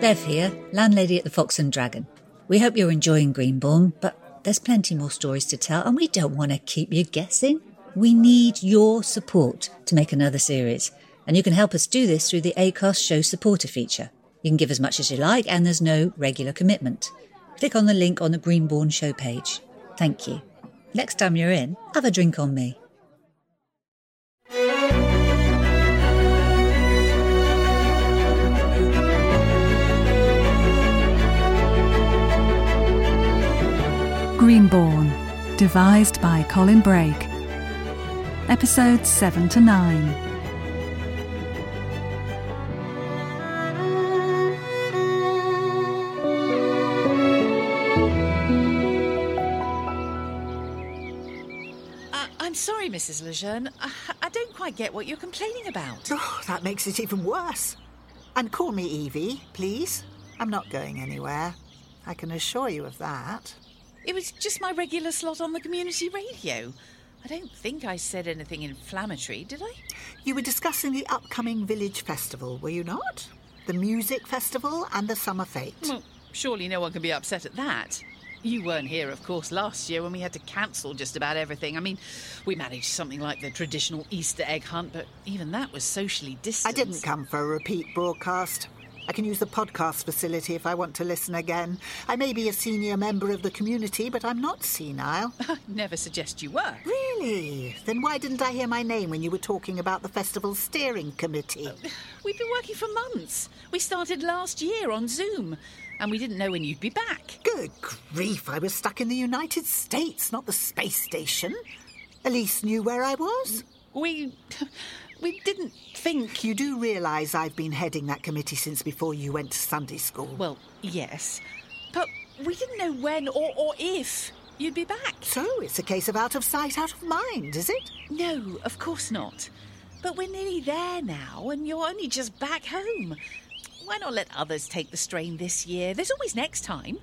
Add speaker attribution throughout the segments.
Speaker 1: Bev here, landlady at the Fox and Dragon. We hope you're enjoying Greenbaum, but there's plenty more stories to tell, and we don't want to keep you guessing. We need your support to make another series, and you can help us do this through the ACAST Show Supporter feature. You can give as much as you like, and there's no regular commitment. Click on the link on the Greenbourne show page. Thank you. Next time you're in, have a drink on me.
Speaker 2: Greenbourne, devised by Colin Brake. Episodes 7 to 9.
Speaker 3: Uh, I'm sorry, Mrs. Lejeune. I, I don't quite get what you're complaining about.
Speaker 4: Oh, that makes it even worse. And call me Evie, please. I'm not going anywhere. I can assure you of that.
Speaker 3: It was just my regular slot on the community radio. I don't think I said anything inflammatory, did I?
Speaker 4: You were discussing the upcoming village festival, were you not? The music festival and the summer fete.
Speaker 3: Well, surely no one can be upset at that. You weren't here, of course, last year when we had to cancel just about everything. I mean, we managed something like the traditional Easter egg hunt, but even that was socially
Speaker 4: I
Speaker 3: distanced.
Speaker 4: didn't come for a repeat broadcast. I can use the podcast facility if I want to listen again. I may be a senior member of the community, but I'm not senile.
Speaker 3: Never suggest you were.
Speaker 4: really? Then why didn't I hear my name when you were talking about the festival steering committee?
Speaker 3: We've been working for months. We started last year on Zoom, and we didn't know when you'd be back.
Speaker 4: Good grief, I was stuck in the United States, not the space station. Elise knew where I was.
Speaker 3: We. We didn't think
Speaker 4: You do realise I've been heading that committee since before you went to Sunday school.
Speaker 3: Well, yes. But we didn't know when or, or if you'd be back.
Speaker 4: So it's a case of out of sight, out of mind, is it?
Speaker 3: No, of course not. But we're nearly there now, and you're only just back home. Why not let others take the strain this year? There's always next time.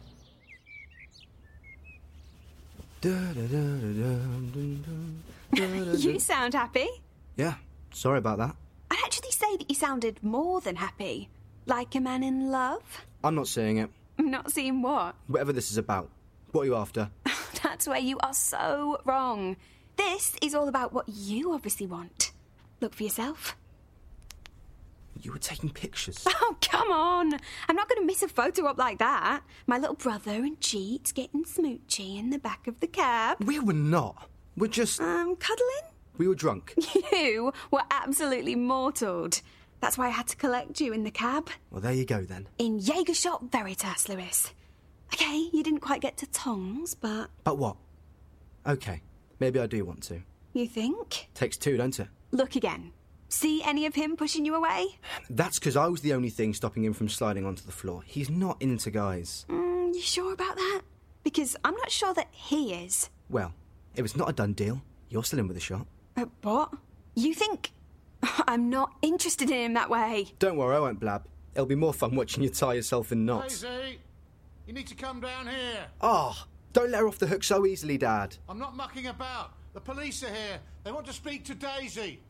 Speaker 5: You
Speaker 6: you
Speaker 5: sound happy.
Speaker 6: Yeah, sorry about that.
Speaker 5: I'd actually say that you sounded more than happy. Like a man in love.
Speaker 6: I'm not seeing it.
Speaker 5: Not seeing what?
Speaker 6: Whatever this is about. What are you after?
Speaker 5: That's where you are so wrong. This is all about what you obviously want. Look for yourself.
Speaker 6: You were taking pictures.
Speaker 5: Oh, come on! I'm not going to miss a photo up like that. My little brother and Cheats getting smoochy in the back of the cab.
Speaker 6: we were not. We're just.
Speaker 5: Um, cuddling?
Speaker 6: We were drunk.
Speaker 5: You were absolutely mortaled. That's why I had to collect you in the cab.
Speaker 6: Well, there you go then.
Speaker 5: In Jägershop Veritas, Lewis. Okay, you didn't quite get to tongs, but
Speaker 6: But what? Okay, maybe I do want to.
Speaker 5: you think?
Speaker 6: Takes two, don't it?
Speaker 5: Look again. See any of him pushing you away?
Speaker 6: That's because I was the only thing stopping him from sliding onto the floor. He's not into guys.
Speaker 5: Mm, you sure about that? Because I'm not sure that he is.
Speaker 6: Well, if it's not a done deal, you're still in with a shot.
Speaker 5: Uh, what? You think? I'm not interested in him that way.
Speaker 6: Don't worry, I won't blab. It'll be more fun watching you tie yourself in knots.
Speaker 7: Daisy, you need to come down here.
Speaker 6: Ah, don't let her off the hook so easily, Dad.
Speaker 7: I'm not mucking about. The police are here. They want to speak to Daisy.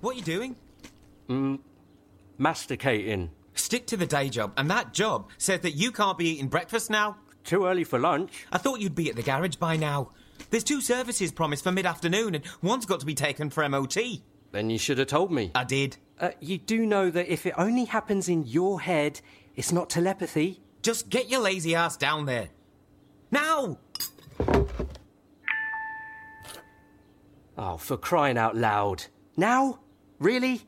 Speaker 8: What are you doing?
Speaker 9: Mm, Masticating.
Speaker 8: Stick to the day job, and that job says that you can't be eating breakfast now.
Speaker 9: Too early for lunch.
Speaker 8: I thought you'd be at the garage by now. There's two services promised for mid afternoon, and one's got to be taken for MOT.
Speaker 9: Then you should have told me.
Speaker 8: I did.
Speaker 9: Uh, you do know that if it only happens in your head, it's not telepathy.
Speaker 8: Just get your lazy ass down there. Now!
Speaker 9: Oh, for crying out loud. Now? Really?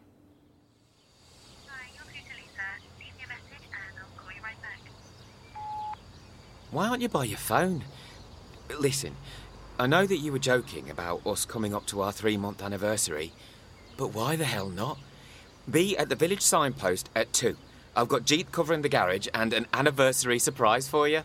Speaker 8: Why aren't you by your phone? Listen, I know that you were joking about us coming up to our three month anniversary, but why the hell not? Be at the village signpost at 2. I've got Jeep covering the garage and an anniversary surprise for you.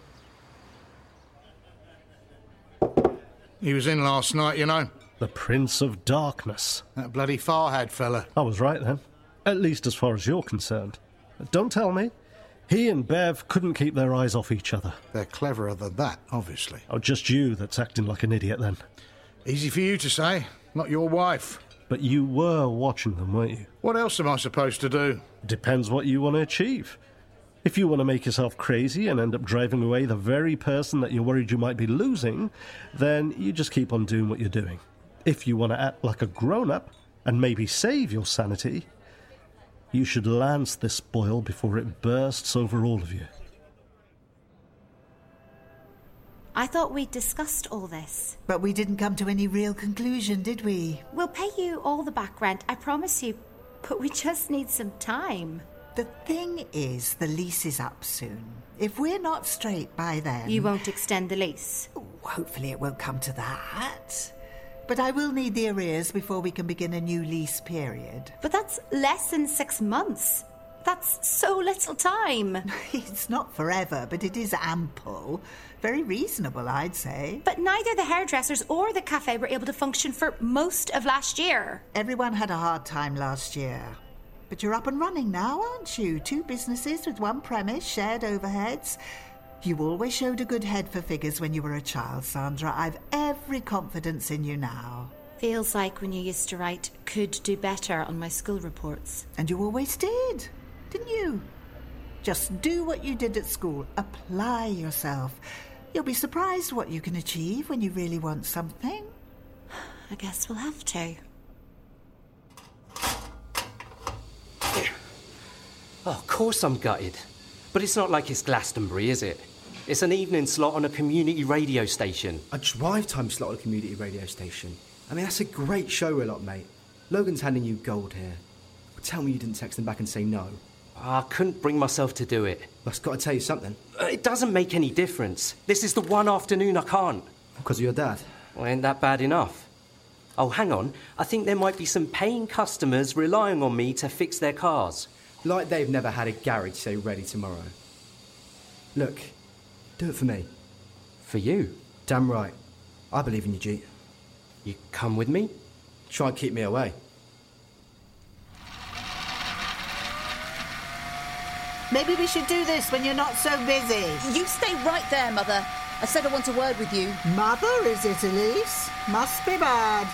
Speaker 7: He was in last night, you know.
Speaker 10: The Prince of Darkness.
Speaker 7: That bloody Farhad fella.
Speaker 10: I was right then. At least as far as you're concerned. Don't tell me. He and Bev couldn't keep their eyes off each other.
Speaker 7: They're cleverer than that, obviously.
Speaker 10: Oh, just you that's acting like an idiot then.
Speaker 7: Easy for you to say. Not your wife.
Speaker 10: But you were watching them, weren't you?
Speaker 7: What else am I supposed to do?
Speaker 10: Depends what you want to achieve. If you want to make yourself crazy and end up driving away the very person that you're worried you might be losing, then you just keep on doing what you're doing. If you want to act like a grown up and maybe save your sanity, you should lance this spoil before it bursts over all of you.
Speaker 11: I thought we discussed all this.
Speaker 4: But we didn't come to any real conclusion, did we?
Speaker 11: We'll pay you all the back rent, I promise you, but we just need some time.
Speaker 4: The thing is, the lease is up soon. If we're not straight by then.
Speaker 11: You won't extend the lease.
Speaker 4: Hopefully, it won't come to that. But I will need the arrears before we can begin a new lease period.
Speaker 11: But that's less than six months. That's so little time.
Speaker 4: it's not forever, but it is ample. Very reasonable, I'd say.
Speaker 11: But neither the hairdressers or the cafe were able to function for most of last year.
Speaker 4: Everyone had a hard time last year. But you're up and running now, aren't you? Two businesses with one premise, shared overheads. You always showed a good head for figures when you were a child, Sandra. I've every confidence in you now.
Speaker 11: Feels like when you used to write, could do better on my school reports.
Speaker 4: And you always did didn't you? Just do what you did at school, apply yourself. You'll be surprised what you can achieve when you really want something.
Speaker 11: I guess we'll have to.
Speaker 6: Oh, of course I'm gutted. But it's not like it's Glastonbury, is it? It's an evening slot on a community radio station.
Speaker 12: A drive time slot on a community radio station. I mean, that's a great show, a lot, mate. Logan's handing you gold here. Tell me you didn't text them back and say no.
Speaker 6: Ah, I couldn't bring myself to do it. Uh,
Speaker 12: That's got to tell you something.
Speaker 6: It doesn't make any difference. This is the one afternoon I can't.
Speaker 12: Because of your dad?
Speaker 6: Well, ain't that bad enough. Oh, hang on. I think there might be some paying customers relying on me to fix their cars.
Speaker 12: Like they've never had a garage so ready tomorrow. Look, do it for me.
Speaker 6: For you?
Speaker 12: Damn right. I believe in you, Jeet.
Speaker 6: You come with me?
Speaker 12: Try and keep me away.
Speaker 4: Maybe we should do this when you're not so busy.
Speaker 13: You stay right there, Mother. I said I want a word with you.
Speaker 4: Mother, is it Elise? Must be bad.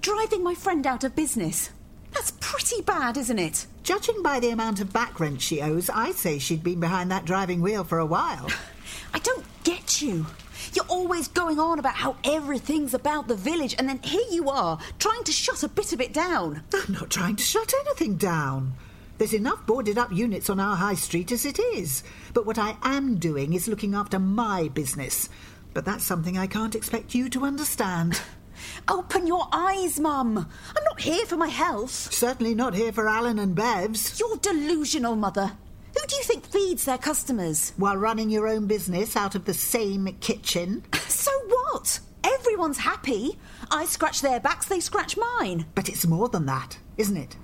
Speaker 13: Driving my friend out of business. That's pretty bad, isn't it?
Speaker 4: Judging by the amount of back rent she owes, I say she'd been behind that driving wheel for a while.
Speaker 13: I don't get you. You're always going on about how everything's about the village, and then here you are, trying to shut a bit of it down.
Speaker 4: I'm not trying to shut anything down. There's enough boarded up units on our high street as it is. But what I am doing is looking after my business. But that's something I can't expect you to understand.
Speaker 13: Open your eyes, Mum. I'm not here for my health.
Speaker 4: Certainly not here for Alan and Bev's.
Speaker 13: You're delusional, Mother. Who do you think feeds their customers?
Speaker 4: While running your own business out of the same kitchen.
Speaker 13: so what? Everyone's happy. I scratch their backs, they scratch mine.
Speaker 4: But it's more than that, isn't it?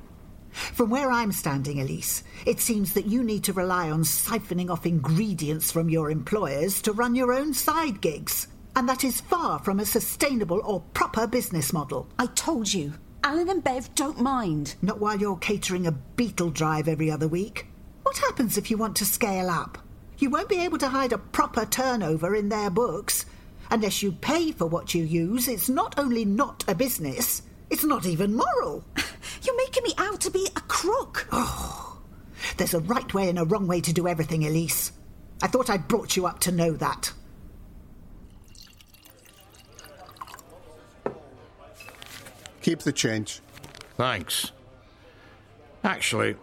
Speaker 4: From where I'm standing, Elise, it seems that you need to rely on siphoning off ingredients from your employers to run your own side gigs. And that is far from a sustainable or proper business model.
Speaker 13: I told you, Alan and Bev don't mind.
Speaker 4: Not while you're catering a beetle drive every other week. What happens if you want to scale up? You won't be able to hide a proper turnover in their books. Unless you pay for what you use, it's not only not a business, it's not even moral.
Speaker 13: You're making me out to be a crook.
Speaker 4: Oh, there's a right way and a wrong way to do everything, Elise. I thought I'd brought you up to know that.
Speaker 14: Keep the change.
Speaker 7: Thanks. Actually,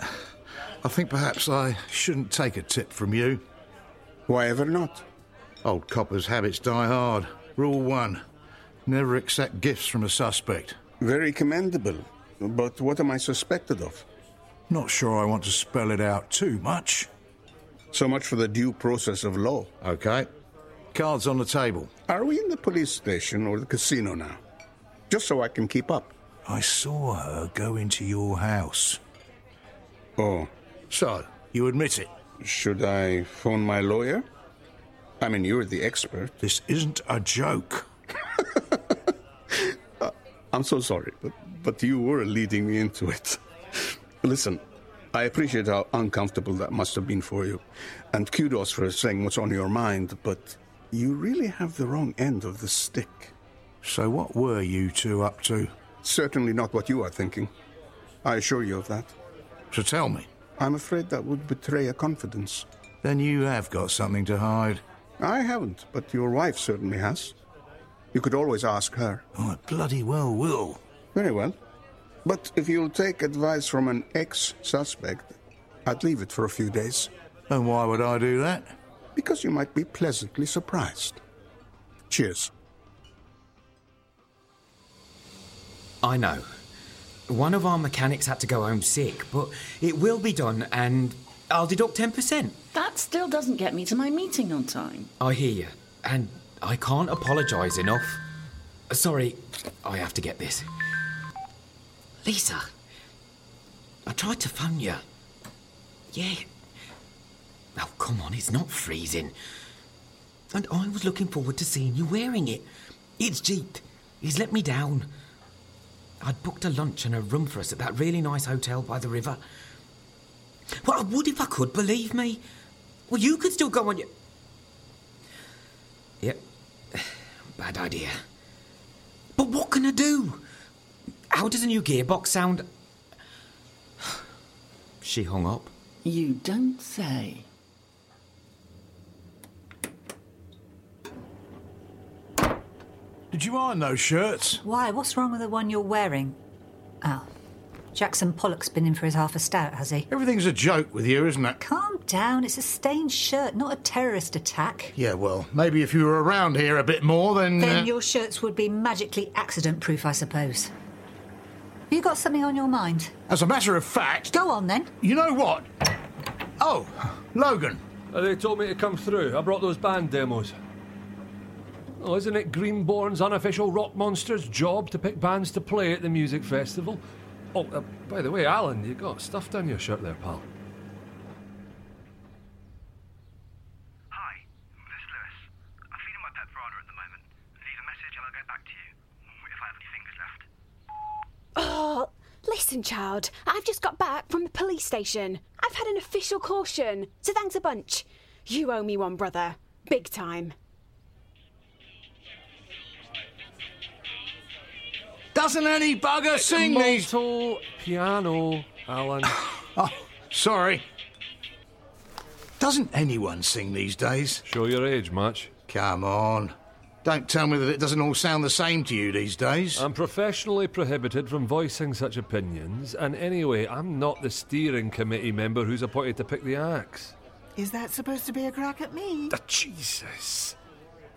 Speaker 7: I think perhaps I shouldn't take a tip from you.
Speaker 14: Why ever not?
Speaker 7: Old copper's habits die hard. Rule one never accept gifts from a suspect.
Speaker 14: Very commendable. But what am I suspected of?
Speaker 7: Not sure I want to spell it out too much.
Speaker 14: So much for the due process of law.
Speaker 7: OK. Cards on the table.
Speaker 14: Are we in the police station or the casino now? Just so I can keep up.
Speaker 7: I saw her go into your house.
Speaker 14: Oh.
Speaker 7: So, you admit it?
Speaker 14: Should I phone my lawyer? I mean, you're the expert.
Speaker 7: This isn't a joke.
Speaker 14: I'm so sorry, but, but you were leading me into it. Listen, I appreciate how uncomfortable that must have been for you, and kudos for saying what's on your mind, but You really have the wrong end of the stick.
Speaker 7: So, what were you two up to?
Speaker 14: Certainly not what you are thinking. I assure you of that.
Speaker 7: So, tell me.
Speaker 14: I'm afraid that would betray a confidence.
Speaker 7: Then you have got something to hide.
Speaker 14: I haven't, but your wife certainly has. You could always ask her.
Speaker 7: Oh, I bloody well will.
Speaker 14: Very well. But if you'll take advice from an ex suspect, I'd leave it for a few days.
Speaker 7: And why would I do that?
Speaker 14: Because you might be pleasantly surprised. Cheers.
Speaker 8: I know. One of our mechanics had to go home sick, but it will be done and I'll deduct 10%.
Speaker 15: That still doesn't get me to my meeting on time.
Speaker 8: I hear you, and I can't apologise enough. Sorry, I have to get this. Lisa, I tried to phone you. Yeah. Oh, come on, it's not freezing. And I was looking forward to seeing you wearing it. It's Jeep. He's let me down. I'd booked a lunch and a room for us at that really nice hotel by the river. Well, I would if I could, believe me. Well, you could still go on your. Yep. Bad idea. But what can I do? How does a new gearbox sound? she hung up.
Speaker 15: You don't say.
Speaker 7: Did you iron those shirts?
Speaker 1: Why? What's wrong with the one you're wearing? Oh. Jackson Pollock's been in for his half a stout, has he?
Speaker 7: Everything's a joke with you, isn't it?
Speaker 1: Calm down. It's a stained shirt, not a terrorist attack.
Speaker 7: Yeah, well, maybe if you were around here a bit more, then.
Speaker 1: Then
Speaker 7: uh,
Speaker 1: your shirts would be magically accident proof, I suppose. Have you got something on your mind?
Speaker 7: As a matter of fact.
Speaker 1: Go on then.
Speaker 7: You know what? Oh, Logan.
Speaker 16: Uh, They told me to come through. I brought those band demos. Oh, isn't it Greenborn's unofficial rock monster's job to pick bands to play at the music festival? Oh, uh, by the way, Alan, you got stuff down your shirt there, pal.
Speaker 5: Oh, listen, child. I've just got back from the police station. I've had an official caution, so thanks a bunch. You owe me one, brother. Big time.
Speaker 7: Doesn't any bugger sing these?
Speaker 16: Mortal piano, Alan.
Speaker 7: oh, sorry. Doesn't anyone sing these days?
Speaker 16: Show your age, much.
Speaker 7: Come on. Don't tell me that it doesn't all sound the same to you these days.
Speaker 16: I'm professionally prohibited from voicing such opinions, and anyway, I'm not the steering committee member who's appointed to pick the axe.
Speaker 4: Is that supposed to be a crack at me?
Speaker 16: Ah, Jesus.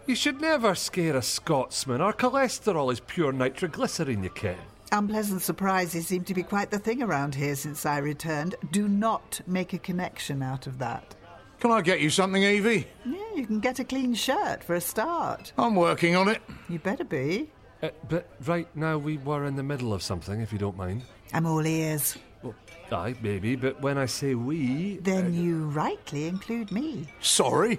Speaker 16: You should never scare a Scotsman. Our cholesterol is pure nitroglycerin, you ken.
Speaker 4: Unpleasant surprises seem to be quite the thing around here since I returned. Do not make a connection out of that.
Speaker 7: Can I get you something, Evie?
Speaker 4: Yeah, you can get a clean shirt for a start.
Speaker 7: I'm working on it.
Speaker 4: You better be.
Speaker 16: Uh, but right now we were in the middle of something, if you don't mind.
Speaker 4: I'm all ears.
Speaker 16: Aye, maybe, but when I say we. uh,
Speaker 4: Then you rightly include me.
Speaker 7: Sorry?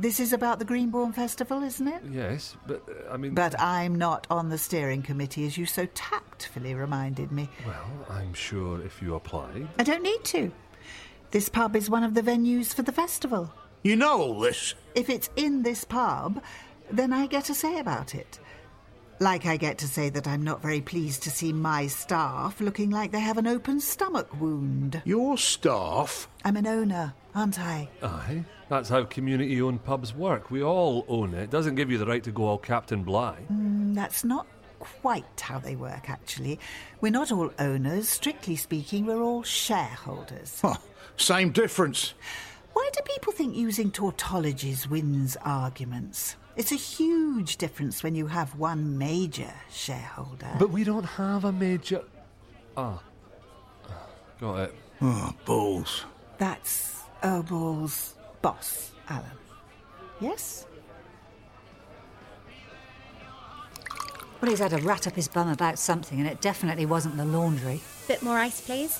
Speaker 4: This is about the Greenbourne Festival, isn't it?
Speaker 16: Yes, but uh, I mean.
Speaker 4: But I'm not on the steering committee, as you so tactfully reminded me.
Speaker 16: Well, I'm sure if you applied.
Speaker 4: I don't need to. This pub is one of the venues for the festival.
Speaker 7: You know all this.
Speaker 4: If it's in this pub, then I get a say about it. Like I get to say that I'm not very pleased to see my staff looking like they have an open stomach wound.
Speaker 7: Your staff?
Speaker 4: I'm an owner, aren't I?
Speaker 16: Aye. That's how community owned pubs work. We all own it. It doesn't give you the right to go all Captain Bligh.
Speaker 4: Mm, that's not quite how they work, actually. We're not all owners. Strictly speaking, we're all shareholders.
Speaker 7: Same difference.
Speaker 4: Why do people think using tautologies wins arguments? It's a huge difference when you have one major shareholder.
Speaker 16: But we don't have a major. Ah. Got it.
Speaker 7: Oh, balls.
Speaker 4: That's Herbal's boss, Alan. Yes?
Speaker 1: Well, he's had a rat up his bum about something, and it definitely wasn't the laundry.
Speaker 11: Bit more ice, please.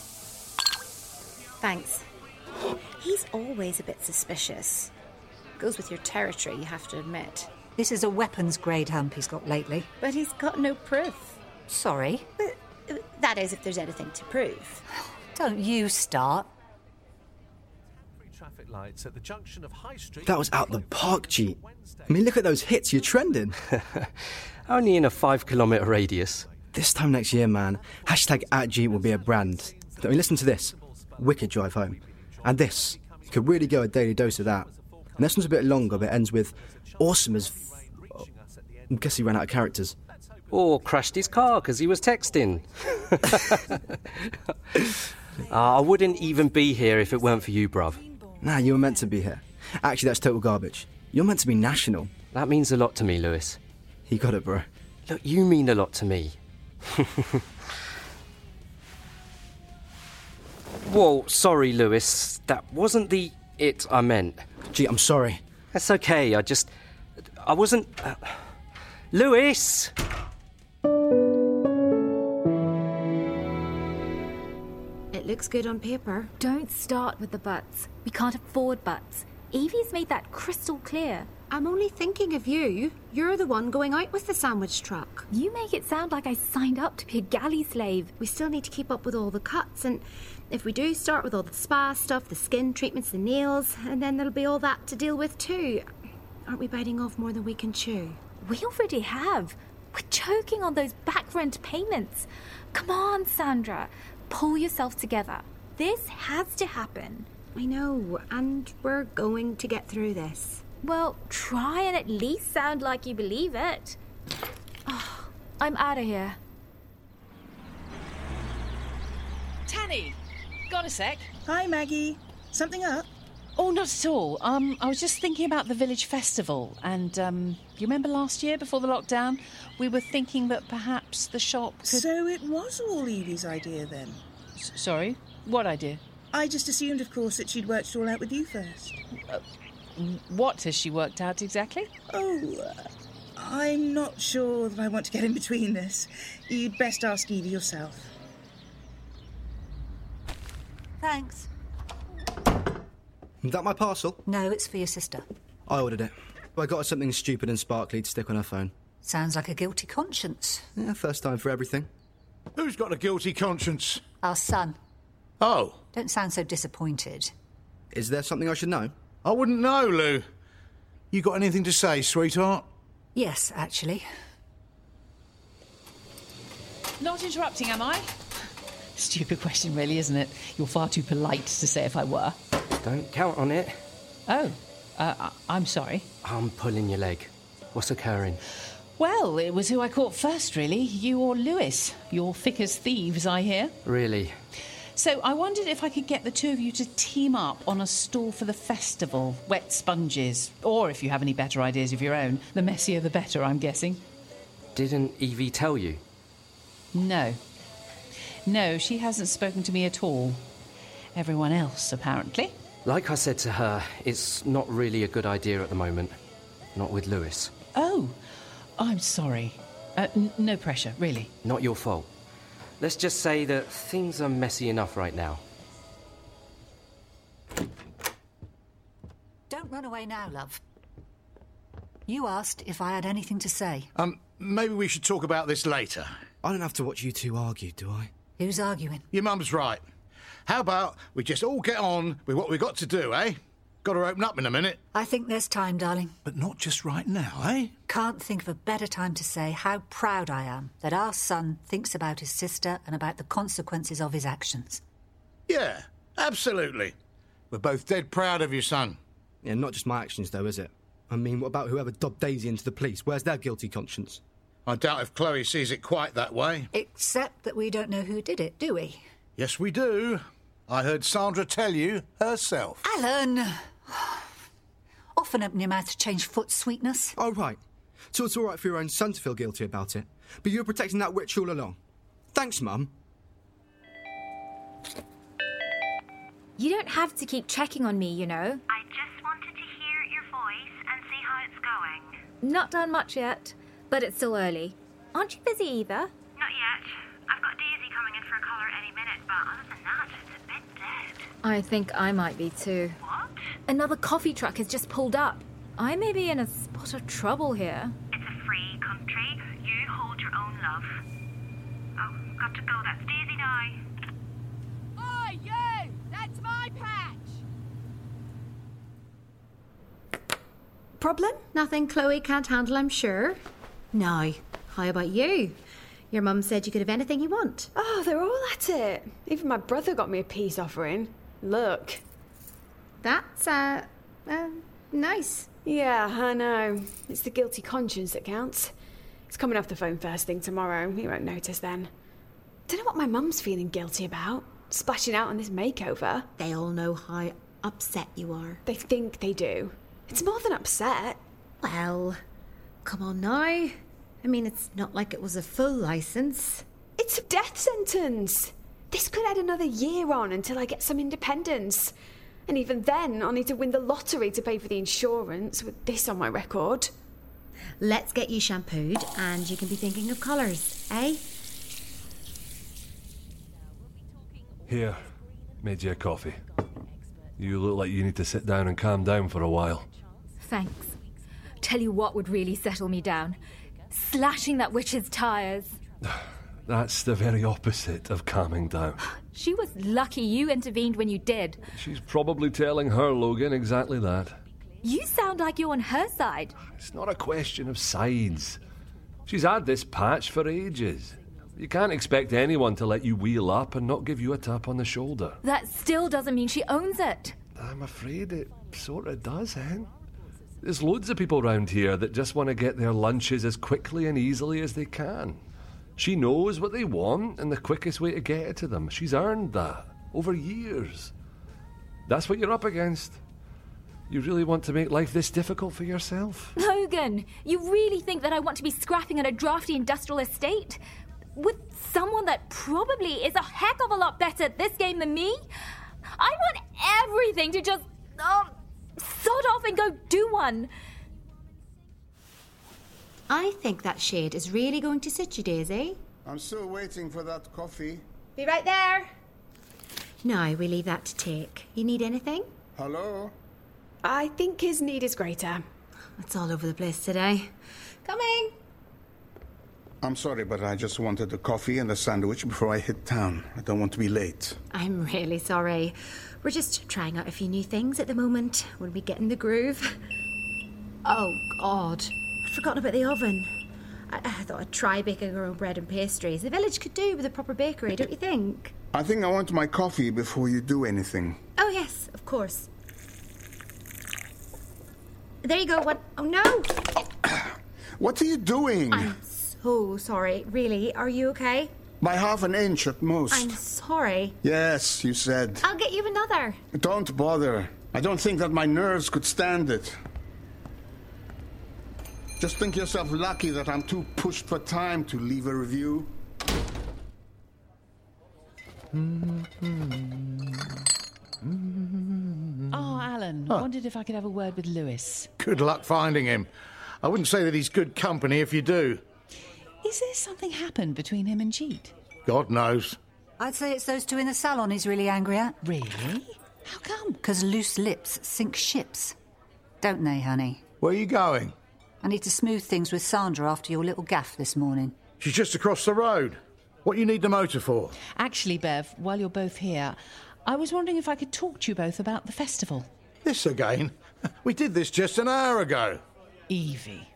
Speaker 11: Thanks. He's always a bit suspicious. Goes with your territory, you have to admit.
Speaker 1: This is a weapons grade hump he's got lately.
Speaker 11: But he's got no proof.
Speaker 1: Sorry.
Speaker 11: That is, if there's anything to prove.
Speaker 1: Don't you start.
Speaker 16: traffic lights at the junction of High Street.
Speaker 6: That was out the park, G. I mean, look at those hits. You're trending. Only in a five kilometre radius. This time next year, man, hashtag at G will be a brand. I mean, listen to this. Wicked drive home. And this. You could really go a daily dose of that. And this one's a bit longer, but it ends with awesome as. F- oh, I guess he ran out of characters.
Speaker 9: Or crashed his car because he was texting.
Speaker 6: Ah, I wouldn't even be here if it weren't for you, bruv. Nah, you were meant to be here. Actually, that's total garbage. You're meant to be national. That means a lot to me, Lewis. You got it, bro. Look, you mean a lot to me.
Speaker 9: Whoa, sorry, Lewis. That wasn't the it I meant.
Speaker 6: Gee, I'm sorry.
Speaker 9: That's okay. I just. I wasn't. Uh, Lewis!
Speaker 17: It looks good on paper. Don't start with the buts. We can't afford buts. Evie's made that crystal clear. I'm only thinking of you. You're the one going out with the sandwich truck. You make it sound like I signed up to be a galley slave. We still need to keep up with all the cuts, and if we do start with all the spa stuff, the skin treatments, the nails, and then there'll be all that to deal with too. Aren't we biting off more than we can chew?
Speaker 18: We already have.
Speaker 17: We're choking on those back rent payments. Come on, Sandra. Pull yourself together. This has to happen. I know, and we're going to get through this. Well, try and at least sound like you believe it. Oh, I'm out of here.
Speaker 3: Tanny, got a sec?
Speaker 19: Hi, Maggie. Something up?
Speaker 3: Oh, not at all. Um, I was just thinking about the village festival, and um, you remember last year before the lockdown, we were thinking that perhaps the shop could.
Speaker 19: So it was all Evie's idea then?
Speaker 3: S- sorry, what idea?
Speaker 19: I just assumed, of course, that she'd worked it all out with you first.
Speaker 3: Uh, What has she worked out exactly?
Speaker 19: Oh, uh, I'm not sure that I want to get in between this. You'd best ask Evie yourself.
Speaker 1: Thanks.
Speaker 6: Is that my parcel?
Speaker 1: No, it's for your sister.
Speaker 6: I ordered it. But I got her something stupid and sparkly to stick on her phone.
Speaker 1: Sounds like a guilty conscience.
Speaker 6: Yeah, first time for everything.
Speaker 7: Who's got a guilty conscience?
Speaker 1: Our son.
Speaker 7: Oh.
Speaker 1: Don't sound so disappointed.
Speaker 6: Is there something I should know?
Speaker 7: I wouldn't know, Lou. You got anything to say, sweetheart?
Speaker 1: Yes, actually.
Speaker 3: Not interrupting, am I? Stupid question, really, isn't it? You're far too polite to say if I were.
Speaker 6: Don't count on it.
Speaker 3: Oh, uh, I- I'm sorry.
Speaker 6: I'm pulling your leg. What's occurring?
Speaker 3: Well, it was who I caught first, really. You or Lewis. You're thick as thieves, I hear.
Speaker 6: Really?
Speaker 3: So I wondered if I could get the two of you to team up on a stall for the festival, wet sponges, or if you have any better ideas of your own. The messier the better, I'm guessing.
Speaker 9: Didn't Evie tell you?
Speaker 3: No. No, she hasn't spoken to me at all. Everyone else, apparently.
Speaker 9: Like I said to her, it's not really a good idea at the moment. Not with Lewis.
Speaker 3: Oh, I'm sorry. Uh, n- no pressure, really.
Speaker 9: Not your fault. Let's just say that things are messy enough right now.
Speaker 1: Don't run away now, love. You asked if I had anything to say.
Speaker 7: Um, maybe we should talk about this later.
Speaker 6: I don't have to watch you two argue, do I?
Speaker 1: Who's arguing?
Speaker 7: Your mum's right. How about we just all get on with what we got to do, eh? Got to open up in a minute.
Speaker 1: I think there's time, darling.
Speaker 7: But not just right now, eh?
Speaker 1: Can't think of a better time to say how proud I am that our son thinks about his sister and about the consequences of his actions.
Speaker 7: Yeah, absolutely. We're both dead proud of you, son.
Speaker 6: Yeah, not just my actions, though, is it? I mean, what about whoever dobbed Daisy into the police? Where's their guilty conscience?
Speaker 7: I doubt if Chloe sees it quite that way.
Speaker 1: Except that we don't know who did it, do we?
Speaker 7: Yes, we do. I heard Sandra tell you herself.
Speaker 1: Alan! Often open your mouth to change foot sweetness.
Speaker 6: Oh, right. So it's all right for your own son to feel guilty about it, but you were protecting that witch all along. Thanks, Mum.
Speaker 17: You don't have to keep checking on me, you know.
Speaker 20: I just wanted to hear your voice and see how it's going.
Speaker 17: Not done much yet, but it's still early. Aren't you busy either?
Speaker 20: Not yet. I've got Daisy coming in for a collar any minute, but other than that, it's a bit dead.
Speaker 17: I think I might be too.
Speaker 20: What?
Speaker 17: Another coffee truck has just pulled up. I may be in a spot of trouble here.
Speaker 20: It's a free country. You hold your own love. Oh, got to go. That's Daisy now.
Speaker 5: Oi, you! That's my patch!
Speaker 21: problem? Nothing Chloe can't handle, I'm sure. No. How about you? Your mum said you could have anything you want.
Speaker 5: Oh, they're all at it. Even my brother got me a peace offering. Look.
Speaker 21: That's, uh, uh,
Speaker 13: um,
Speaker 21: nice.
Speaker 5: Yeah, I know. It's the guilty conscience that counts. It's coming off the phone first thing tomorrow. He won't notice then. Don't know what my mum's feeling guilty about. Splashing out on this makeover.
Speaker 13: They all know how upset you are.
Speaker 5: They think they do. It's more than upset.
Speaker 11: Well, come on now. I mean, it's not like it was a full license.
Speaker 5: It's a death sentence. This could add another year on until I get some independence. And even then, I'll need to win the lottery to pay for the insurance with this on my record.
Speaker 11: Let's get you shampooed and you can be thinking of colours, eh?
Speaker 16: Here, made you a coffee. You look like you need to sit down and calm down for a while.
Speaker 17: Thanks. Tell you what would really settle me down slashing that witch's tyres.
Speaker 16: That's the very opposite of calming down.
Speaker 17: She was lucky you intervened when you did.
Speaker 16: She's probably telling her, Logan, exactly that.
Speaker 17: You sound like you're on her side.
Speaker 16: It's not a question of sides. She's had this patch for ages. You can't expect anyone to let you wheel up and not give you a tap on the shoulder.
Speaker 17: That still doesn't mean she owns it.
Speaker 16: I'm afraid it sort of does, Hen. There's loads of people round here that just want to get their lunches as quickly and easily as they can. She knows what they want and the quickest way to get it to them. She's earned that over years. That's what you're up against. You really want to make life this difficult for yourself?
Speaker 17: Logan, you really think that I want to be scrapping on a drafty industrial estate? With someone that probably is a heck of a lot better at this game than me? I want everything to just um, sod off and go do one.
Speaker 11: I think that shade is really going to suit you, Daisy.
Speaker 14: I'm still waiting for that coffee.
Speaker 11: Be right there. No, we leave that to take. You need anything?
Speaker 14: Hello?
Speaker 5: I think his need is greater.
Speaker 11: It's all over the place today. Coming!
Speaker 14: I'm sorry, but I just wanted a coffee and a sandwich before I hit town. I don't want to be late.
Speaker 11: I'm really sorry. We're just trying out a few new things at the moment when we get in the groove. Oh, God. I'd forgotten about the oven. I, I thought I'd try baking our own bread and pastries. The village could do with a proper bakery, don't you think?
Speaker 14: I think I want my coffee before you do anything.
Speaker 11: Oh, yes, of course. There you go. What? Oh, no!
Speaker 14: What are you doing?
Speaker 11: Oh, sorry. Really? Are you okay?
Speaker 14: By half an inch at most.
Speaker 11: I'm sorry.
Speaker 14: Yes, you said.
Speaker 11: I'll get you another.
Speaker 14: Don't bother. I don't think that my nerves could stand it. Just think yourself lucky that I'm too pushed for time to leave a review.
Speaker 3: Oh, Alan, I wondered if I could have a word with Lewis.
Speaker 7: Good luck finding him. I wouldn't say that he's good company if you do.
Speaker 3: Is there something happened between him and Jeet?
Speaker 7: God knows.
Speaker 1: I'd say it's those two in the salon he's really angry at.
Speaker 3: Really?
Speaker 1: How come? Because loose lips sink ships. Don't they, honey?
Speaker 7: Where are you going?
Speaker 1: I need to smooth things with Sandra after your little gaff this morning.
Speaker 7: She's just across the road. What you need the motor for?
Speaker 3: Actually, Bev, while you're both here, I was wondering if I could talk to you both about the festival.
Speaker 7: This again? We did this just an hour ago.
Speaker 3: Evie.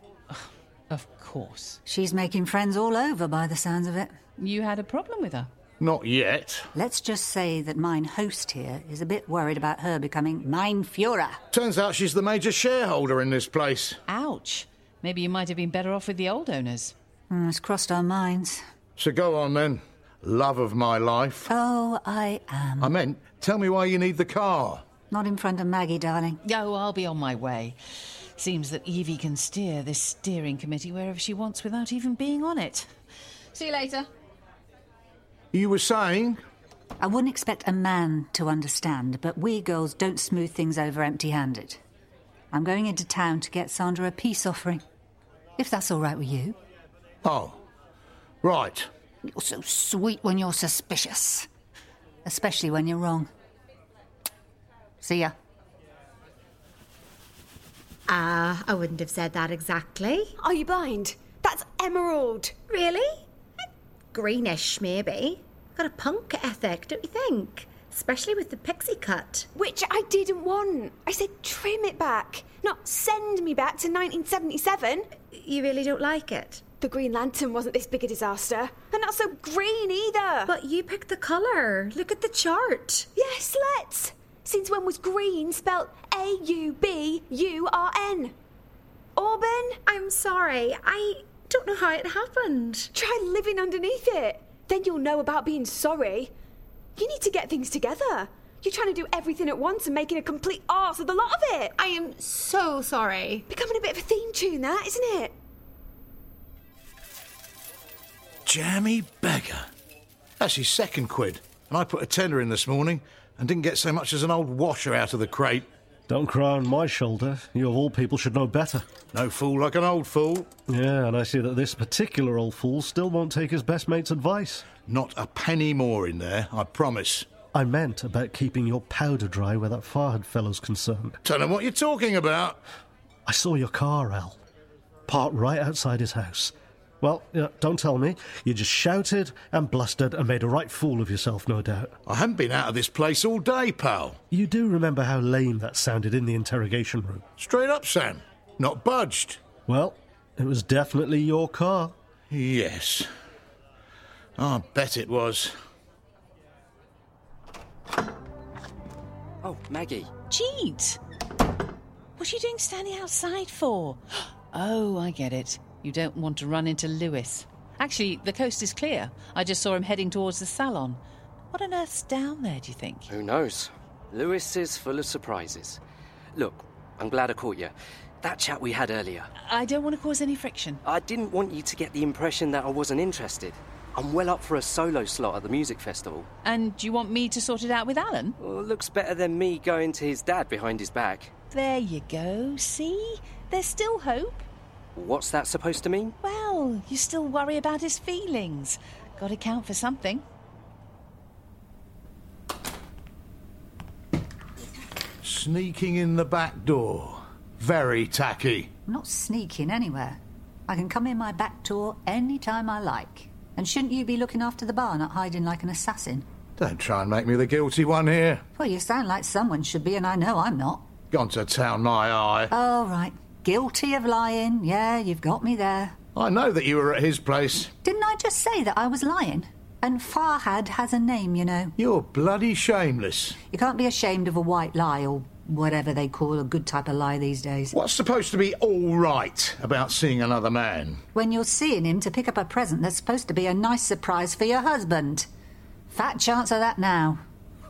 Speaker 3: Of course.
Speaker 1: She's making friends all over by the sounds of it.
Speaker 3: You had a problem with her?
Speaker 7: Not yet.
Speaker 1: Let's just say that mine host here is a bit worried about her becoming mine Führer.
Speaker 7: Turns out she's the major shareholder in this place.
Speaker 3: Ouch. Maybe you might have been better off with the old owners.
Speaker 1: Mm, it's crossed our minds.
Speaker 7: So go on then. Love of my life.
Speaker 1: Oh, I am.
Speaker 7: I meant, tell me why you need the car.
Speaker 1: Not in front of Maggie, darling.
Speaker 3: Oh, I'll be on my way. Seems that Evie can steer this steering committee wherever she wants without even being on it.
Speaker 21: See you later.
Speaker 7: You were saying?
Speaker 1: I wouldn't expect a man to understand, but we girls don't smooth things over empty handed. I'm going into town to get Sandra a peace offering. If that's all right with you.
Speaker 7: Oh, right.
Speaker 1: You're so sweet when you're suspicious, especially when you're wrong. See ya.
Speaker 11: Ah, I wouldn't have said that exactly.
Speaker 5: Are you blind? That's emerald.
Speaker 11: Really? Greenish, maybe. Got a punk ethic, don't you think? especially with the pixie cut.
Speaker 5: Which I didn't want. I said trim it back, not send me back to 1977.
Speaker 11: You really don't like it?
Speaker 5: The Green Lantern wasn't this big a disaster. And not so green either.
Speaker 11: But you picked the colour. Look at the chart.
Speaker 5: Yes, let's. Since when was green spelt A U B U R N? Auburn?
Speaker 11: I'm sorry. I don't know how it happened.
Speaker 5: Try living underneath it. Then you'll know about being sorry. You need to get things together. You're trying to do everything at once and making a complete arse of the lot of it.
Speaker 11: I am so sorry.
Speaker 5: Becoming a bit of a theme tune, that, isn't it?
Speaker 7: Jammy beggar. That's his second quid. And I put a tenner in this morning and didn't get so much as an old washer out of the crate.
Speaker 10: Don't cry on my shoulder. You of all people should know better.
Speaker 7: No fool like an old fool.
Speaker 10: Yeah, and I see that this particular old fool still won't take his best mate's advice.
Speaker 7: Not a penny more in there, I promise.
Speaker 10: I meant about keeping your powder dry where that Farhad fellow's concerned.
Speaker 7: Tell him what you're talking about.
Speaker 10: I saw your car, Al. Parked right outside his house. Well, you know, don't tell me. You just shouted and blustered and made a right fool of yourself, no doubt.
Speaker 7: I haven't been out of this place all day, pal.
Speaker 10: You do remember how lame that sounded in the interrogation room.
Speaker 7: Straight up, Sam. Not budged.
Speaker 10: Well, it was definitely your car.
Speaker 7: Yes. I bet it was.
Speaker 22: Oh, Maggie. Jeet! What are you doing standing outside for? Oh, I get it.
Speaker 3: You don't want to run into Lewis. Actually, the coast is clear. I just saw him heading towards the salon. What on earth's down there, do you think?
Speaker 9: Who knows? Lewis is full of surprises. Look, I'm glad I caught you. That chat we had earlier.
Speaker 3: I don't want to cause any friction.
Speaker 9: I didn't want you to get the impression that I wasn't interested. I'm well up for a solo slot at the music festival.
Speaker 3: And you want me to sort it out with Alan?
Speaker 9: Well, looks better than me going to his dad behind his back.
Speaker 22: There you go, see? There's still hope.
Speaker 9: What's that supposed to mean?
Speaker 22: Well, you still worry about his feelings. Gotta count for something.
Speaker 7: Sneaking in the back door. Very tacky.
Speaker 1: I'm not sneaking anywhere. I can come in my back door any time I like. And shouldn't you be looking after the bar, not hiding like an assassin?
Speaker 7: Don't try and make me the guilty one here.
Speaker 1: Well, you sound like someone should be, and I know I'm not.
Speaker 7: Gone to town, my eye.
Speaker 1: All right. Guilty of lying. Yeah, you've got me there.
Speaker 7: I know that you were at his place.
Speaker 1: Didn't I just say that I was lying? And Farhad has a name, you know.
Speaker 7: You're bloody shameless.
Speaker 1: You can't be ashamed of a white lie or whatever they call a good type of lie these days.
Speaker 7: What's supposed to be all right about seeing another man?
Speaker 1: When you're seeing him to pick up a present that's supposed to be a nice surprise for your husband. Fat chance of that now.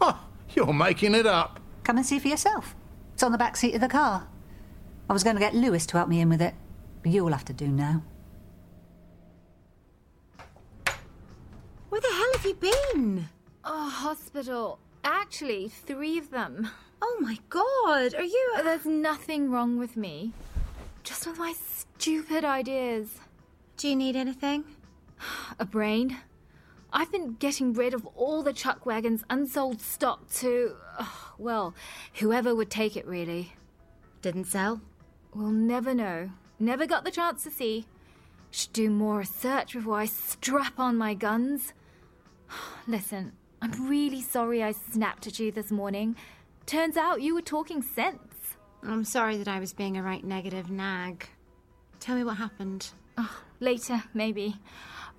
Speaker 7: Huh, you're making it up.
Speaker 1: Come and see for yourself. It's on the back seat of the car. I was going to get Lewis to help me in with it, but you'll have to do now.
Speaker 11: Where the hell have you been?
Speaker 17: Oh, hospital. Actually, three of them.
Speaker 11: Oh my god, are you.
Speaker 17: There's nothing wrong with me. Just with my stupid ideas.
Speaker 11: Do you need anything?
Speaker 17: A brain? I've been getting rid of all the chuck wagon's unsold stock to. oh, well, whoever would take it, really.
Speaker 11: Didn't sell?
Speaker 17: We'll never know. Never got the chance to see. Should do more research before I strap on my guns. Listen, I'm really sorry I snapped at you this morning. Turns out you were talking sense.
Speaker 11: I'm sorry that I was being a right negative nag. Tell me what happened.
Speaker 17: Oh, later, maybe.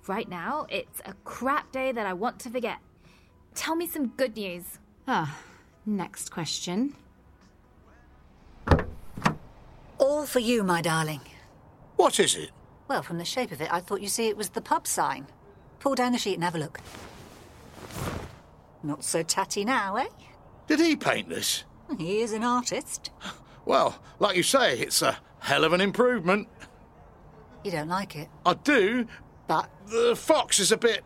Speaker 17: Right now, it's a crap day that I want to forget. Tell me some good news.
Speaker 11: Ah, next question.
Speaker 1: All for you, my darling.
Speaker 7: What is it?
Speaker 1: Well, from the shape of it, I thought you see it was the pub sign. Pull down the sheet and have a look. Not so tatty now, eh?
Speaker 7: Did he paint this?
Speaker 1: He is an artist.
Speaker 7: Well, like you say, it's a hell of an improvement.
Speaker 1: You don't like it.
Speaker 7: I do,
Speaker 1: But
Speaker 7: the fox is a bit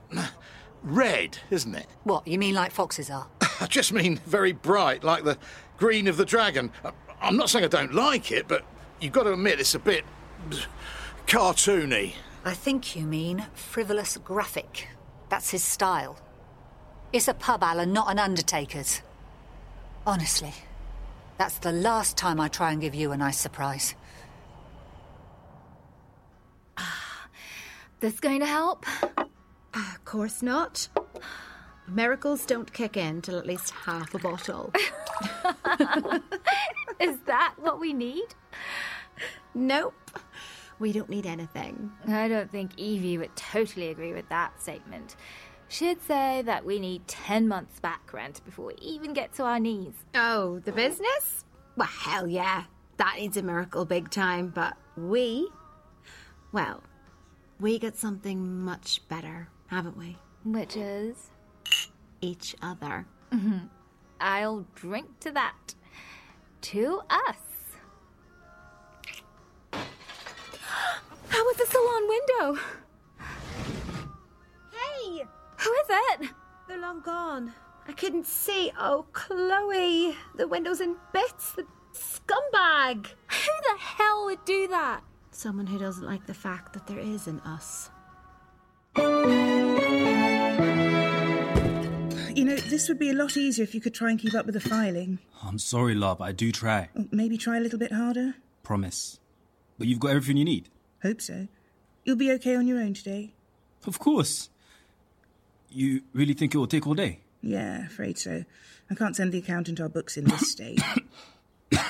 Speaker 7: red, isn't it?
Speaker 1: what, you mean like foxes are?
Speaker 7: I just mean very bright, like the green of the dragon. I- I'm not saying I don't like it, but you've got to admit it's a bit cartoony.
Speaker 1: I think you mean frivolous graphic. That's his style. It's a pub, Alan, not an undertaker's. Honestly, that's the last time I try and give you a nice surprise.
Speaker 17: This going to help?
Speaker 11: Of course Ah, not. Miracles don't kick in till at least half a bottle.
Speaker 17: Is that what we need?
Speaker 11: Nope. We don't need anything.
Speaker 17: I don't think Evie would totally agree with that statement. She'd say that we need 10 months back rent before we even get to our knees.
Speaker 11: Oh, the business? Well, hell yeah. That needs a miracle big time. But we, well, we got something much better, haven't we?
Speaker 17: Which is?
Speaker 11: Each other.
Speaker 17: Mhm. I'll drink to that. To us. How was the salon window?
Speaker 11: Hey!
Speaker 17: Who is it?
Speaker 11: They're long gone. I couldn't see. Oh, Chloe! The window's in bits. The scumbag!
Speaker 17: Who the hell would do that?
Speaker 11: Someone who doesn't like the fact that there is an us.
Speaker 19: You know, this would be a lot easier if you could try and keep up with the filing.
Speaker 12: I'm sorry, love. I do try.
Speaker 19: Maybe try a little bit harder.
Speaker 12: Promise. But you've got everything you need.
Speaker 19: Hope so. You'll be okay on your own today.
Speaker 12: Of course. You really think it will take all day?
Speaker 19: Yeah, afraid so. I can't send the accountant our books in this state. Are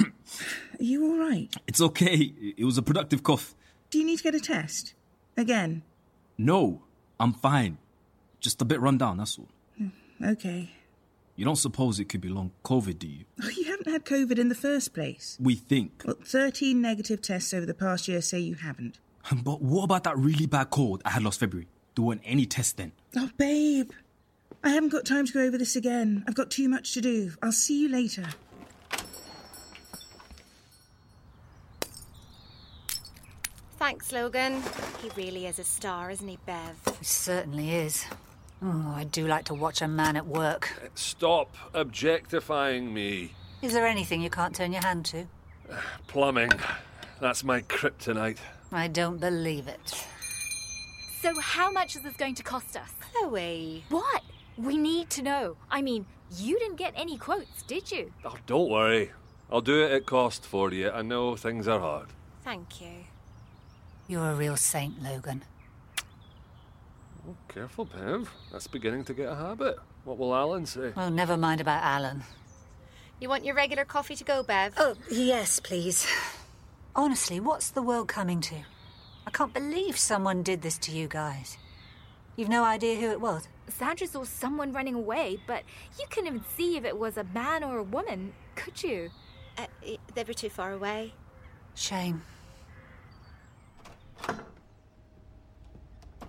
Speaker 19: you all right?
Speaker 12: It's okay. It was a productive cough.
Speaker 19: Do you need to get a test? Again?
Speaker 12: No, I'm fine. Just a bit run down, that's all.
Speaker 19: Okay.
Speaker 12: You don't suppose it could be long COVID, do you?
Speaker 19: Oh, you haven't had COVID in the first place.
Speaker 12: We think.
Speaker 19: Well, 13 negative tests over the past year say you haven't.
Speaker 12: But what about that really bad cold I had last February? There weren't any tests then.
Speaker 19: Oh, babe. I haven't got time to go over this again. I've got too much to do. I'll see you later.
Speaker 11: Thanks, Logan. He really is a star, isn't he, Bev?
Speaker 1: It certainly is. Oh, I do like to watch a man at work.
Speaker 16: Stop objectifying me.
Speaker 1: Is there anything you can't turn your hand to?
Speaker 16: Plumbing. That's my kryptonite.
Speaker 1: I don't believe it.
Speaker 17: So, how much is this going to cost us?
Speaker 11: Chloe.
Speaker 17: What? We need to know. I mean, you didn't get any quotes, did you?
Speaker 16: Oh, don't worry. I'll do it at cost for you. I know things are hard.
Speaker 11: Thank you.
Speaker 1: You're a real saint, Logan.
Speaker 16: Careful, Bev. That's beginning to get a habit. What will Alan say?
Speaker 1: Oh, never mind about Alan.
Speaker 11: You want your regular coffee to go, Bev?
Speaker 1: Oh, yes, please. Honestly, what's the world coming to? I can't believe someone did this to you guys. You've no idea who it was.
Speaker 17: Sandra saw someone running away, but you couldn't even see if it was a man or a woman, could you?
Speaker 11: Uh, they were too far away.
Speaker 1: Shame.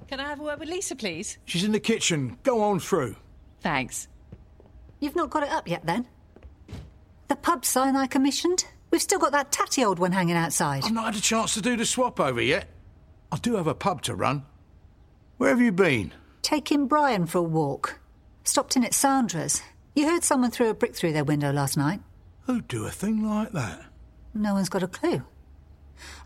Speaker 22: Can I have a word with Lisa, please?
Speaker 7: She's in the kitchen. Go on through.
Speaker 22: Thanks.
Speaker 1: You've not got it up yet, then? The pub sign I commissioned? We've still got that tatty old one hanging outside.
Speaker 7: I've not had a chance to do the swap over yet. I do have a pub to run. Where have you been?
Speaker 1: Taking Brian for a walk. Stopped in at Sandra's. You heard someone threw a brick through their window last night.
Speaker 7: Who'd do a thing like that?
Speaker 1: No one's got a clue.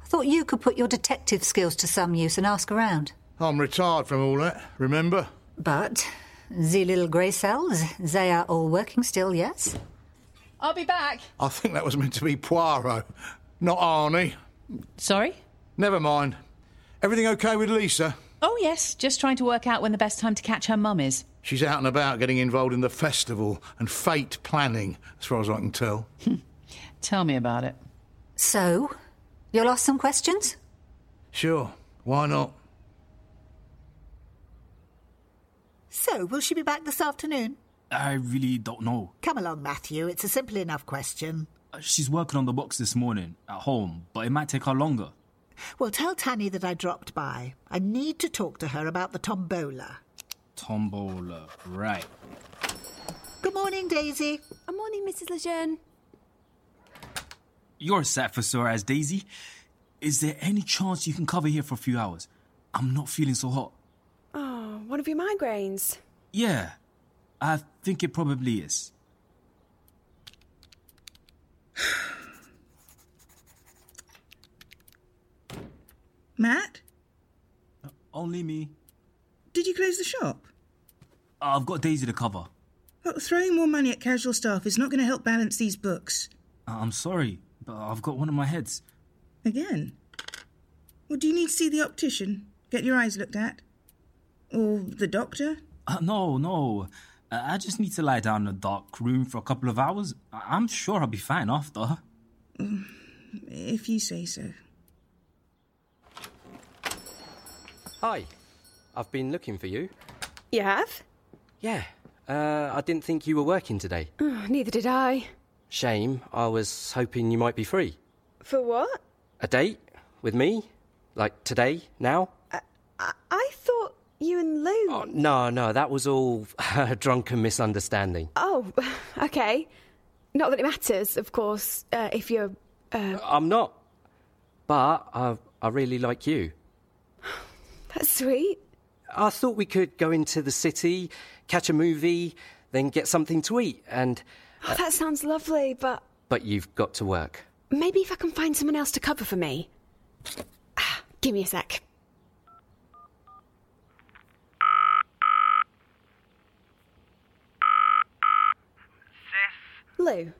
Speaker 1: I thought you could put your detective skills to some use and ask around.
Speaker 7: I'm retired from all that, remember?
Speaker 1: But the little grey cells, they are all working still, yes?
Speaker 22: I'll be back.
Speaker 7: I think that was meant to be Poirot, not Arnie.
Speaker 22: Sorry?
Speaker 7: Never mind. Everything okay with Lisa?
Speaker 22: Oh, yes, just trying to work out when the best time to catch her mum is.
Speaker 7: She's out and about getting involved in the festival and fate planning, as far as I can tell.
Speaker 22: Hmm. Tell me about it.
Speaker 1: So, you'll ask some questions?
Speaker 7: Sure, why not?
Speaker 4: So, will she be back this afternoon?
Speaker 12: I really don't know.
Speaker 4: Come along, Matthew. It's a simple enough question.
Speaker 12: Uh, She's working on the box this morning at home, but it might take her longer.
Speaker 4: Well, tell Tanny that I dropped by. I need to talk to her about the tombola.
Speaker 12: Tombola, right.
Speaker 4: Good morning, Daisy.
Speaker 5: Good morning, Mrs. Lejeune.
Speaker 12: You're sat for sore as Daisy. Is there any chance you can cover here for a few hours? I'm not feeling so hot.
Speaker 5: Oh, one of your migraines.
Speaker 12: Yeah, I think it probably is.
Speaker 19: Matt,
Speaker 12: Only me.
Speaker 19: did you close the shop?
Speaker 12: I've got Daisy to cover.
Speaker 19: Look, throwing more money at casual staff is not going to help balance these books.
Speaker 12: I- Uh, I'm sorry, but I've got one of my heads.
Speaker 19: Again? Well, do you need to see the optician? Get your eyes looked at? Or the doctor?
Speaker 12: Uh, no, no. Uh, I just need to lie down in a dark room for a couple of hours. I- I'm sure I'll be fine after.
Speaker 19: Mm, If you say so.
Speaker 9: Hi. I've been looking for you.
Speaker 5: You have?
Speaker 9: Yeah. Uh, I didn't think you were working today.
Speaker 5: Oh, neither did I.
Speaker 9: Shame. I was hoping you might be free.
Speaker 5: For what?
Speaker 9: A date? With me? Like today? Now?
Speaker 5: I thought you and Lou. Oh,
Speaker 9: No, no, that was all a drunken misunderstanding.
Speaker 5: Oh, okay. Not that it matters, of course, uh, if you're. Uh,
Speaker 9: I'm not. But I, I really like you.
Speaker 5: that's sweet.
Speaker 9: I thought we could go into the city, catch a movie, then get something to eat, and.
Speaker 5: Oh, that sounds lovely, but
Speaker 9: But you've got to work.
Speaker 5: maybe if I can find someone else to cover for me. Ah, Give me a sec. Lou,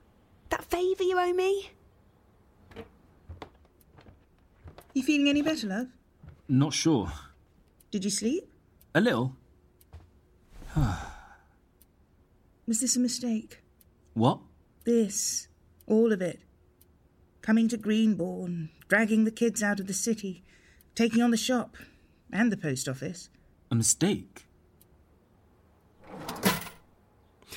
Speaker 5: that favour you owe me?
Speaker 19: You feeling any better, love?
Speaker 12: Not sure.
Speaker 19: Did you sleep?
Speaker 12: A little?
Speaker 19: Was this a mistake?
Speaker 12: What?
Speaker 19: This. All of it. Coming to Greenbourne, dragging the kids out of the city, taking on the shop and the post office.
Speaker 12: A mistake?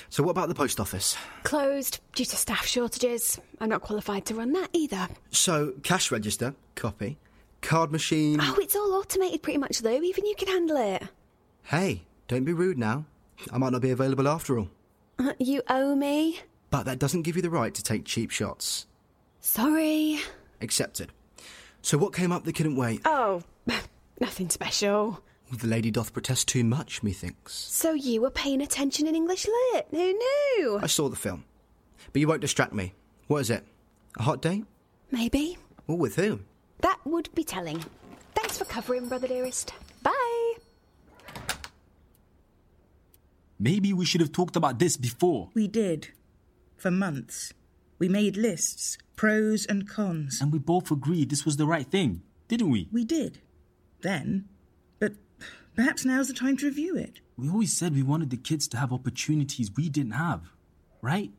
Speaker 6: So, what about the post office?
Speaker 5: Closed due to staff shortages. I'm not qualified to run that either.
Speaker 6: So, cash register, copy, card machine.
Speaker 5: Oh, it's all automated pretty much, Lou. Even you can handle it.
Speaker 6: Hey, don't be rude now. I might not be available after all.
Speaker 5: Uh, You owe me.
Speaker 6: But that doesn't give you the right to take cheap shots.
Speaker 5: Sorry.
Speaker 6: Accepted. So, what came up that couldn't wait?
Speaker 5: Oh, nothing special.
Speaker 6: The lady doth protest too much, methinks.
Speaker 5: So you were paying attention in English lit? Who knew?
Speaker 6: I saw the film. But you won't distract me. What is it? A hot date?
Speaker 5: Maybe.
Speaker 6: Or with who?
Speaker 5: That would be telling. Thanks for covering, brother dearest. Bye.
Speaker 12: Maybe we should have talked about this before.
Speaker 19: We did. For months. We made lists, pros and cons.
Speaker 12: And we both agreed this was the right thing, didn't we?
Speaker 19: We did. Then. But perhaps now's the time to review it.
Speaker 12: We always said we wanted the kids to have opportunities we didn't have, right?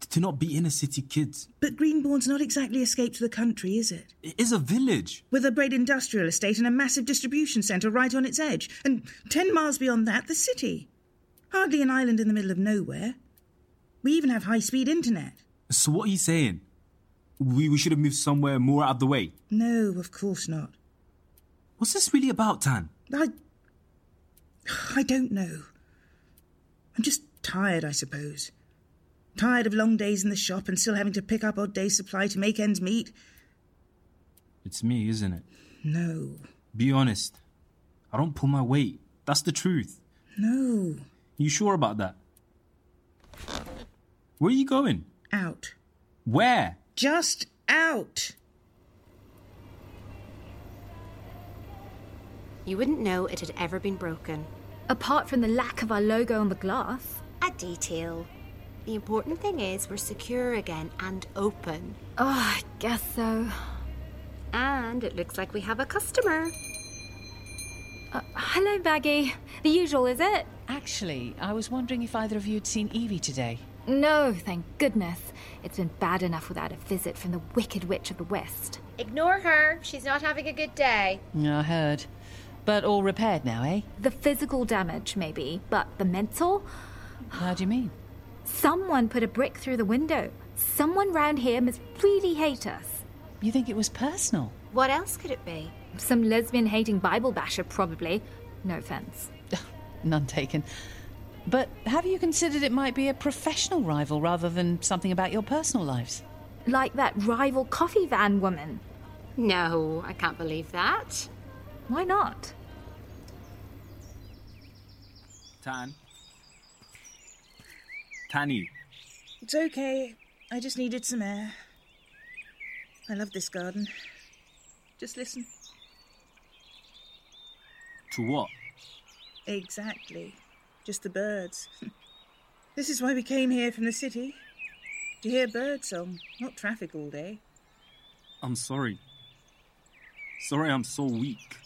Speaker 12: T- to not be inner city kids.
Speaker 19: But Greenbourne's not exactly escape to the country, is it?
Speaker 12: It is a village.
Speaker 19: With a great industrial estate and a massive distribution centre right on its edge, and ten miles beyond that, the city. Hardly an island in the middle of nowhere. We even have high speed internet.
Speaker 12: So what are you saying? We, we should have moved somewhere more out of the way.
Speaker 19: No, of course not.
Speaker 12: What's this really about, Tan?
Speaker 19: I. I don't know. I'm just tired, I suppose. Tired of long days in the shop and still having to pick up odd day supply to make ends meet.
Speaker 12: It's me, isn't it?
Speaker 19: No,
Speaker 12: Be honest. I don't pull my weight. That's the truth.
Speaker 19: no.
Speaker 12: You sure about that? Where are you going?
Speaker 19: Out.
Speaker 12: Where?
Speaker 19: Just out.
Speaker 21: You wouldn't know it had ever been broken. Apart from the lack of our logo on the glass. A detail. The important thing is we're secure again and open. Oh, I guess so. And it looks like we have a customer.
Speaker 17: Uh, hello, Baggy. The usual, is it?
Speaker 3: Actually, I was wondering if either of you had seen Evie today.
Speaker 21: No, thank goodness. It's been bad enough without a visit from the Wicked Witch of the West.
Speaker 11: Ignore her. She's not having a good day.
Speaker 3: I heard. But all repaired now, eh?
Speaker 21: The physical damage, maybe, but the mental?
Speaker 3: How do you mean?
Speaker 21: Someone put a brick through the window. Someone round here must really hate us.
Speaker 3: You think it was personal?
Speaker 21: What else could it be? Some lesbian hating Bible basher, probably. No offense.
Speaker 3: None taken. But have you considered it might be a professional rival rather than something about your personal lives?
Speaker 21: Like that rival coffee van woman. No, I can't believe that. Why not?
Speaker 12: Tan. Tanny.
Speaker 19: It's okay. I just needed some air. I love this garden. Just listen.
Speaker 12: To what?
Speaker 19: Exactly. Just the birds. this is why we came here from the city. To hear birdsong, not traffic all day.
Speaker 12: I'm sorry. Sorry I'm so weak.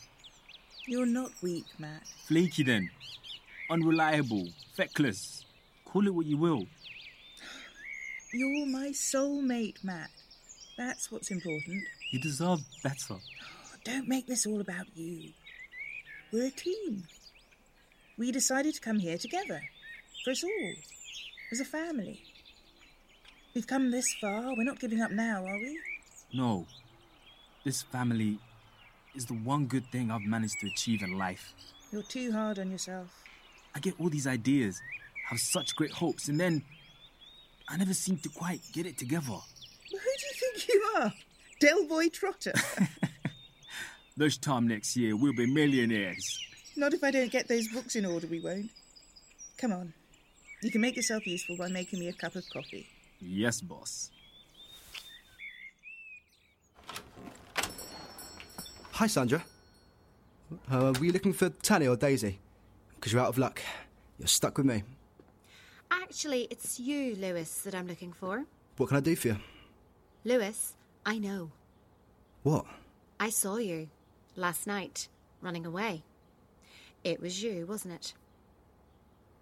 Speaker 19: You're not weak, Matt.
Speaker 12: Flaky then. unreliable, feckless. Call it what you will.
Speaker 19: You're my soulmate, Matt. That's what's important. Oh,
Speaker 12: You deserve better.
Speaker 19: Don't make this all about you. We're a team. We decided to come here together, for us all, as a family. We've come this far, we're not giving up now, are we?
Speaker 12: No. This family is the one good thing I've managed to achieve in life.
Speaker 19: You're too hard on yourself.
Speaker 12: I get all these ideas, have such great hopes, and then I never seem to quite get it together.
Speaker 19: Who do you think you are? Delboy Trotter?
Speaker 12: This time next year, we'll be millionaires.
Speaker 19: not if I don't get those books in order, we won't. Come on. You can make yourself useful by making me a cup of coffee.
Speaker 12: Yes, boss.
Speaker 6: Hi, Sandra. Uh, were you looking for Tanya or Daisy? Because you're out of luck. You're stuck with me.
Speaker 11: Actually, it's you, Lewis, that I'm looking for.
Speaker 6: What can I do for you?
Speaker 11: Lewis, I know.
Speaker 6: What?
Speaker 11: I saw you last night running away. It was you, wasn't it?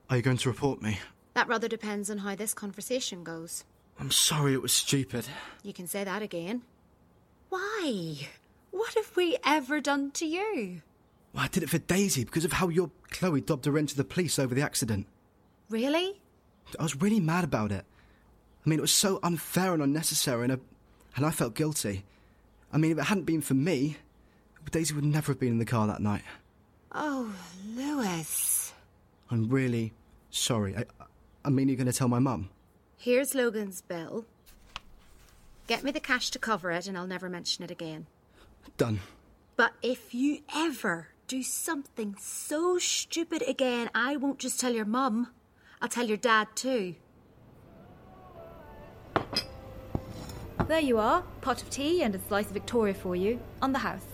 Speaker 6: Are you going to report me?
Speaker 11: That rather depends on how this conversation goes.
Speaker 6: I'm sorry it was stupid.
Speaker 11: You can say that again. Why? What have we ever done to you?
Speaker 6: Well, I did it for Daisy because of how your Chloe dobbed her into the police over the accident.
Speaker 11: Really?
Speaker 6: I was really mad about it. I mean, it was so unfair and unnecessary, and I, and I felt guilty. I mean, if it hadn't been for me, Daisy would never have been in the car that night.
Speaker 11: Oh, Lewis.
Speaker 6: I'm really sorry. I, I mean, you're going to tell my mum.
Speaker 11: Here's Logan's bill. Get me the cash to cover it, and I'll never mention it again.
Speaker 6: Done.
Speaker 11: But if you ever do something so stupid again, I won't just tell your mum. I'll tell your dad too.
Speaker 21: There you are, pot of tea and a slice of Victoria for you on the house.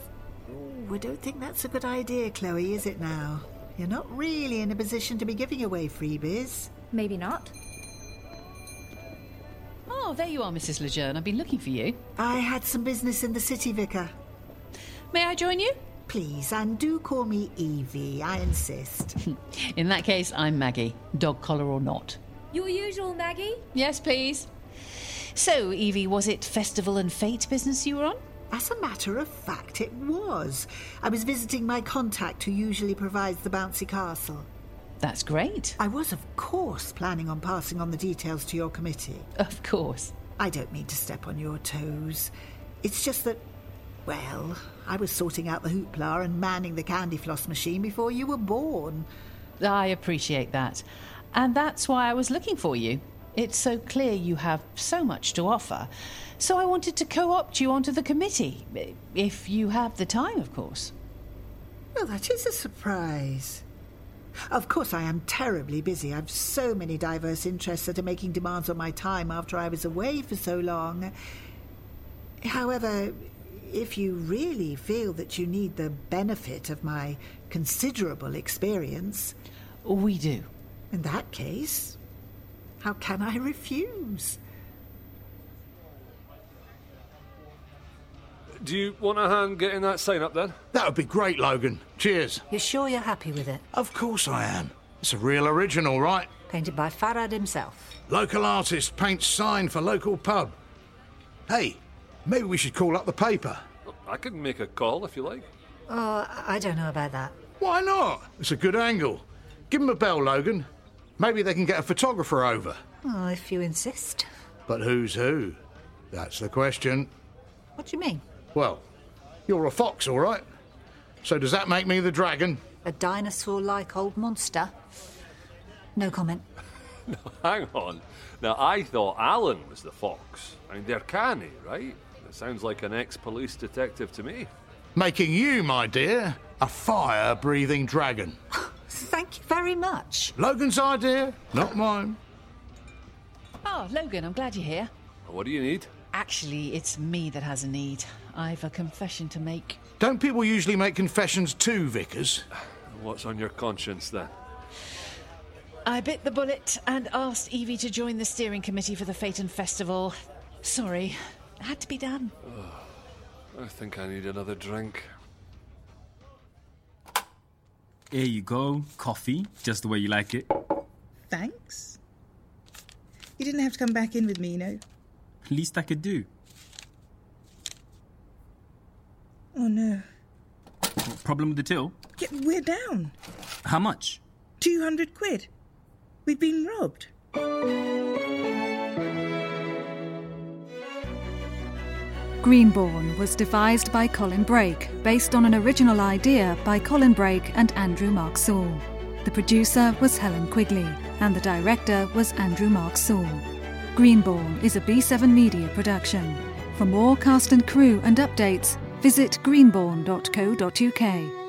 Speaker 4: Ooh, I don't think that's a good idea, Chloe, is it now? You're not really in a position to be giving away freebies.
Speaker 21: Maybe not.
Speaker 3: Oh, there you are, Mrs. Lejeune. I've been looking for you.
Speaker 4: I had some business in the city, Vicar.
Speaker 3: May I join you?
Speaker 4: Please, and do call me Evie, I insist.
Speaker 3: In that case, I'm Maggie, dog collar or not.
Speaker 21: Your usual, Maggie?
Speaker 3: Yes, please. So, Evie, was it festival and fete business you were on?
Speaker 4: As a matter of fact, it was. I was visiting my contact who usually provides the bouncy castle.
Speaker 3: That's great.
Speaker 4: I was, of course, planning on passing on the details to your committee.
Speaker 3: Of course.
Speaker 4: I don't mean to step on your toes. It's just that, well, I was sorting out the hoopla and manning the candy floss machine before you were born.
Speaker 3: I appreciate that. And that's why I was looking for you. It's so clear you have so much to offer. So I wanted to co opt you onto the committee, i- if you have the time, of course.
Speaker 4: Well, that is a surprise. Of course, I am terribly busy. I've so many diverse interests that are making demands on my time after I was away for so long. However, if you really feel that you need the benefit of my considerable experience.
Speaker 3: We do.
Speaker 4: In that case, how can I refuse?
Speaker 16: Do you want a hand getting that sign up then?
Speaker 7: That would be great, Logan. Cheers.
Speaker 1: You're sure you're happy with it?
Speaker 7: Of course I am. It's a real original, right?
Speaker 1: Painted by Farad himself.
Speaker 7: Local artist paints sign for local pub. Hey, maybe we should call up the paper.
Speaker 16: I can make a call if you like.
Speaker 1: Oh, I don't know about that.
Speaker 7: Why not? It's a good angle. Give them a bell, Logan. Maybe they can get a photographer over.
Speaker 1: Oh, if you insist.
Speaker 7: But who's who? That's the question.
Speaker 1: What do you mean?
Speaker 7: Well, you're a fox, all right. So does that make me the dragon?
Speaker 1: A dinosaur like old monster? No comment.
Speaker 16: Hang on. Now, I thought Alan was the fox. I mean, they're canny, right? That sounds like an ex police detective to me.
Speaker 7: Making you, my dear, a fire breathing dragon.
Speaker 1: Thank you very much.
Speaker 7: Logan's idea, not mine.
Speaker 3: Oh, Logan, I'm glad you're here.
Speaker 16: What do you need?
Speaker 3: Actually, it's me that has a need. I've a confession to make.
Speaker 7: Don't people usually make confessions to vicars?
Speaker 16: What's on your conscience then?
Speaker 3: I bit the bullet and asked Evie to join the steering committee for the Phaeton Festival. Sorry, had to be done.
Speaker 16: I think I need another drink.
Speaker 8: Here you go. Coffee, just the way you like it.
Speaker 19: Thanks. You didn't have to come back in with me, you know.
Speaker 8: Least I could do.
Speaker 19: Oh no.
Speaker 8: What, problem with the till?
Speaker 19: Yeah, we're down.
Speaker 8: How much?
Speaker 19: 200 quid. We've been robbed.
Speaker 2: Greenborn was devised by Colin Brake, based on an original idea by Colin Brake and Andrew Mark Saul. The producer was Helen Quigley, and the director was Andrew Mark Saul. Greenborn is a B7 Media production. For more cast and crew and updates, visit greenborn.co.uk.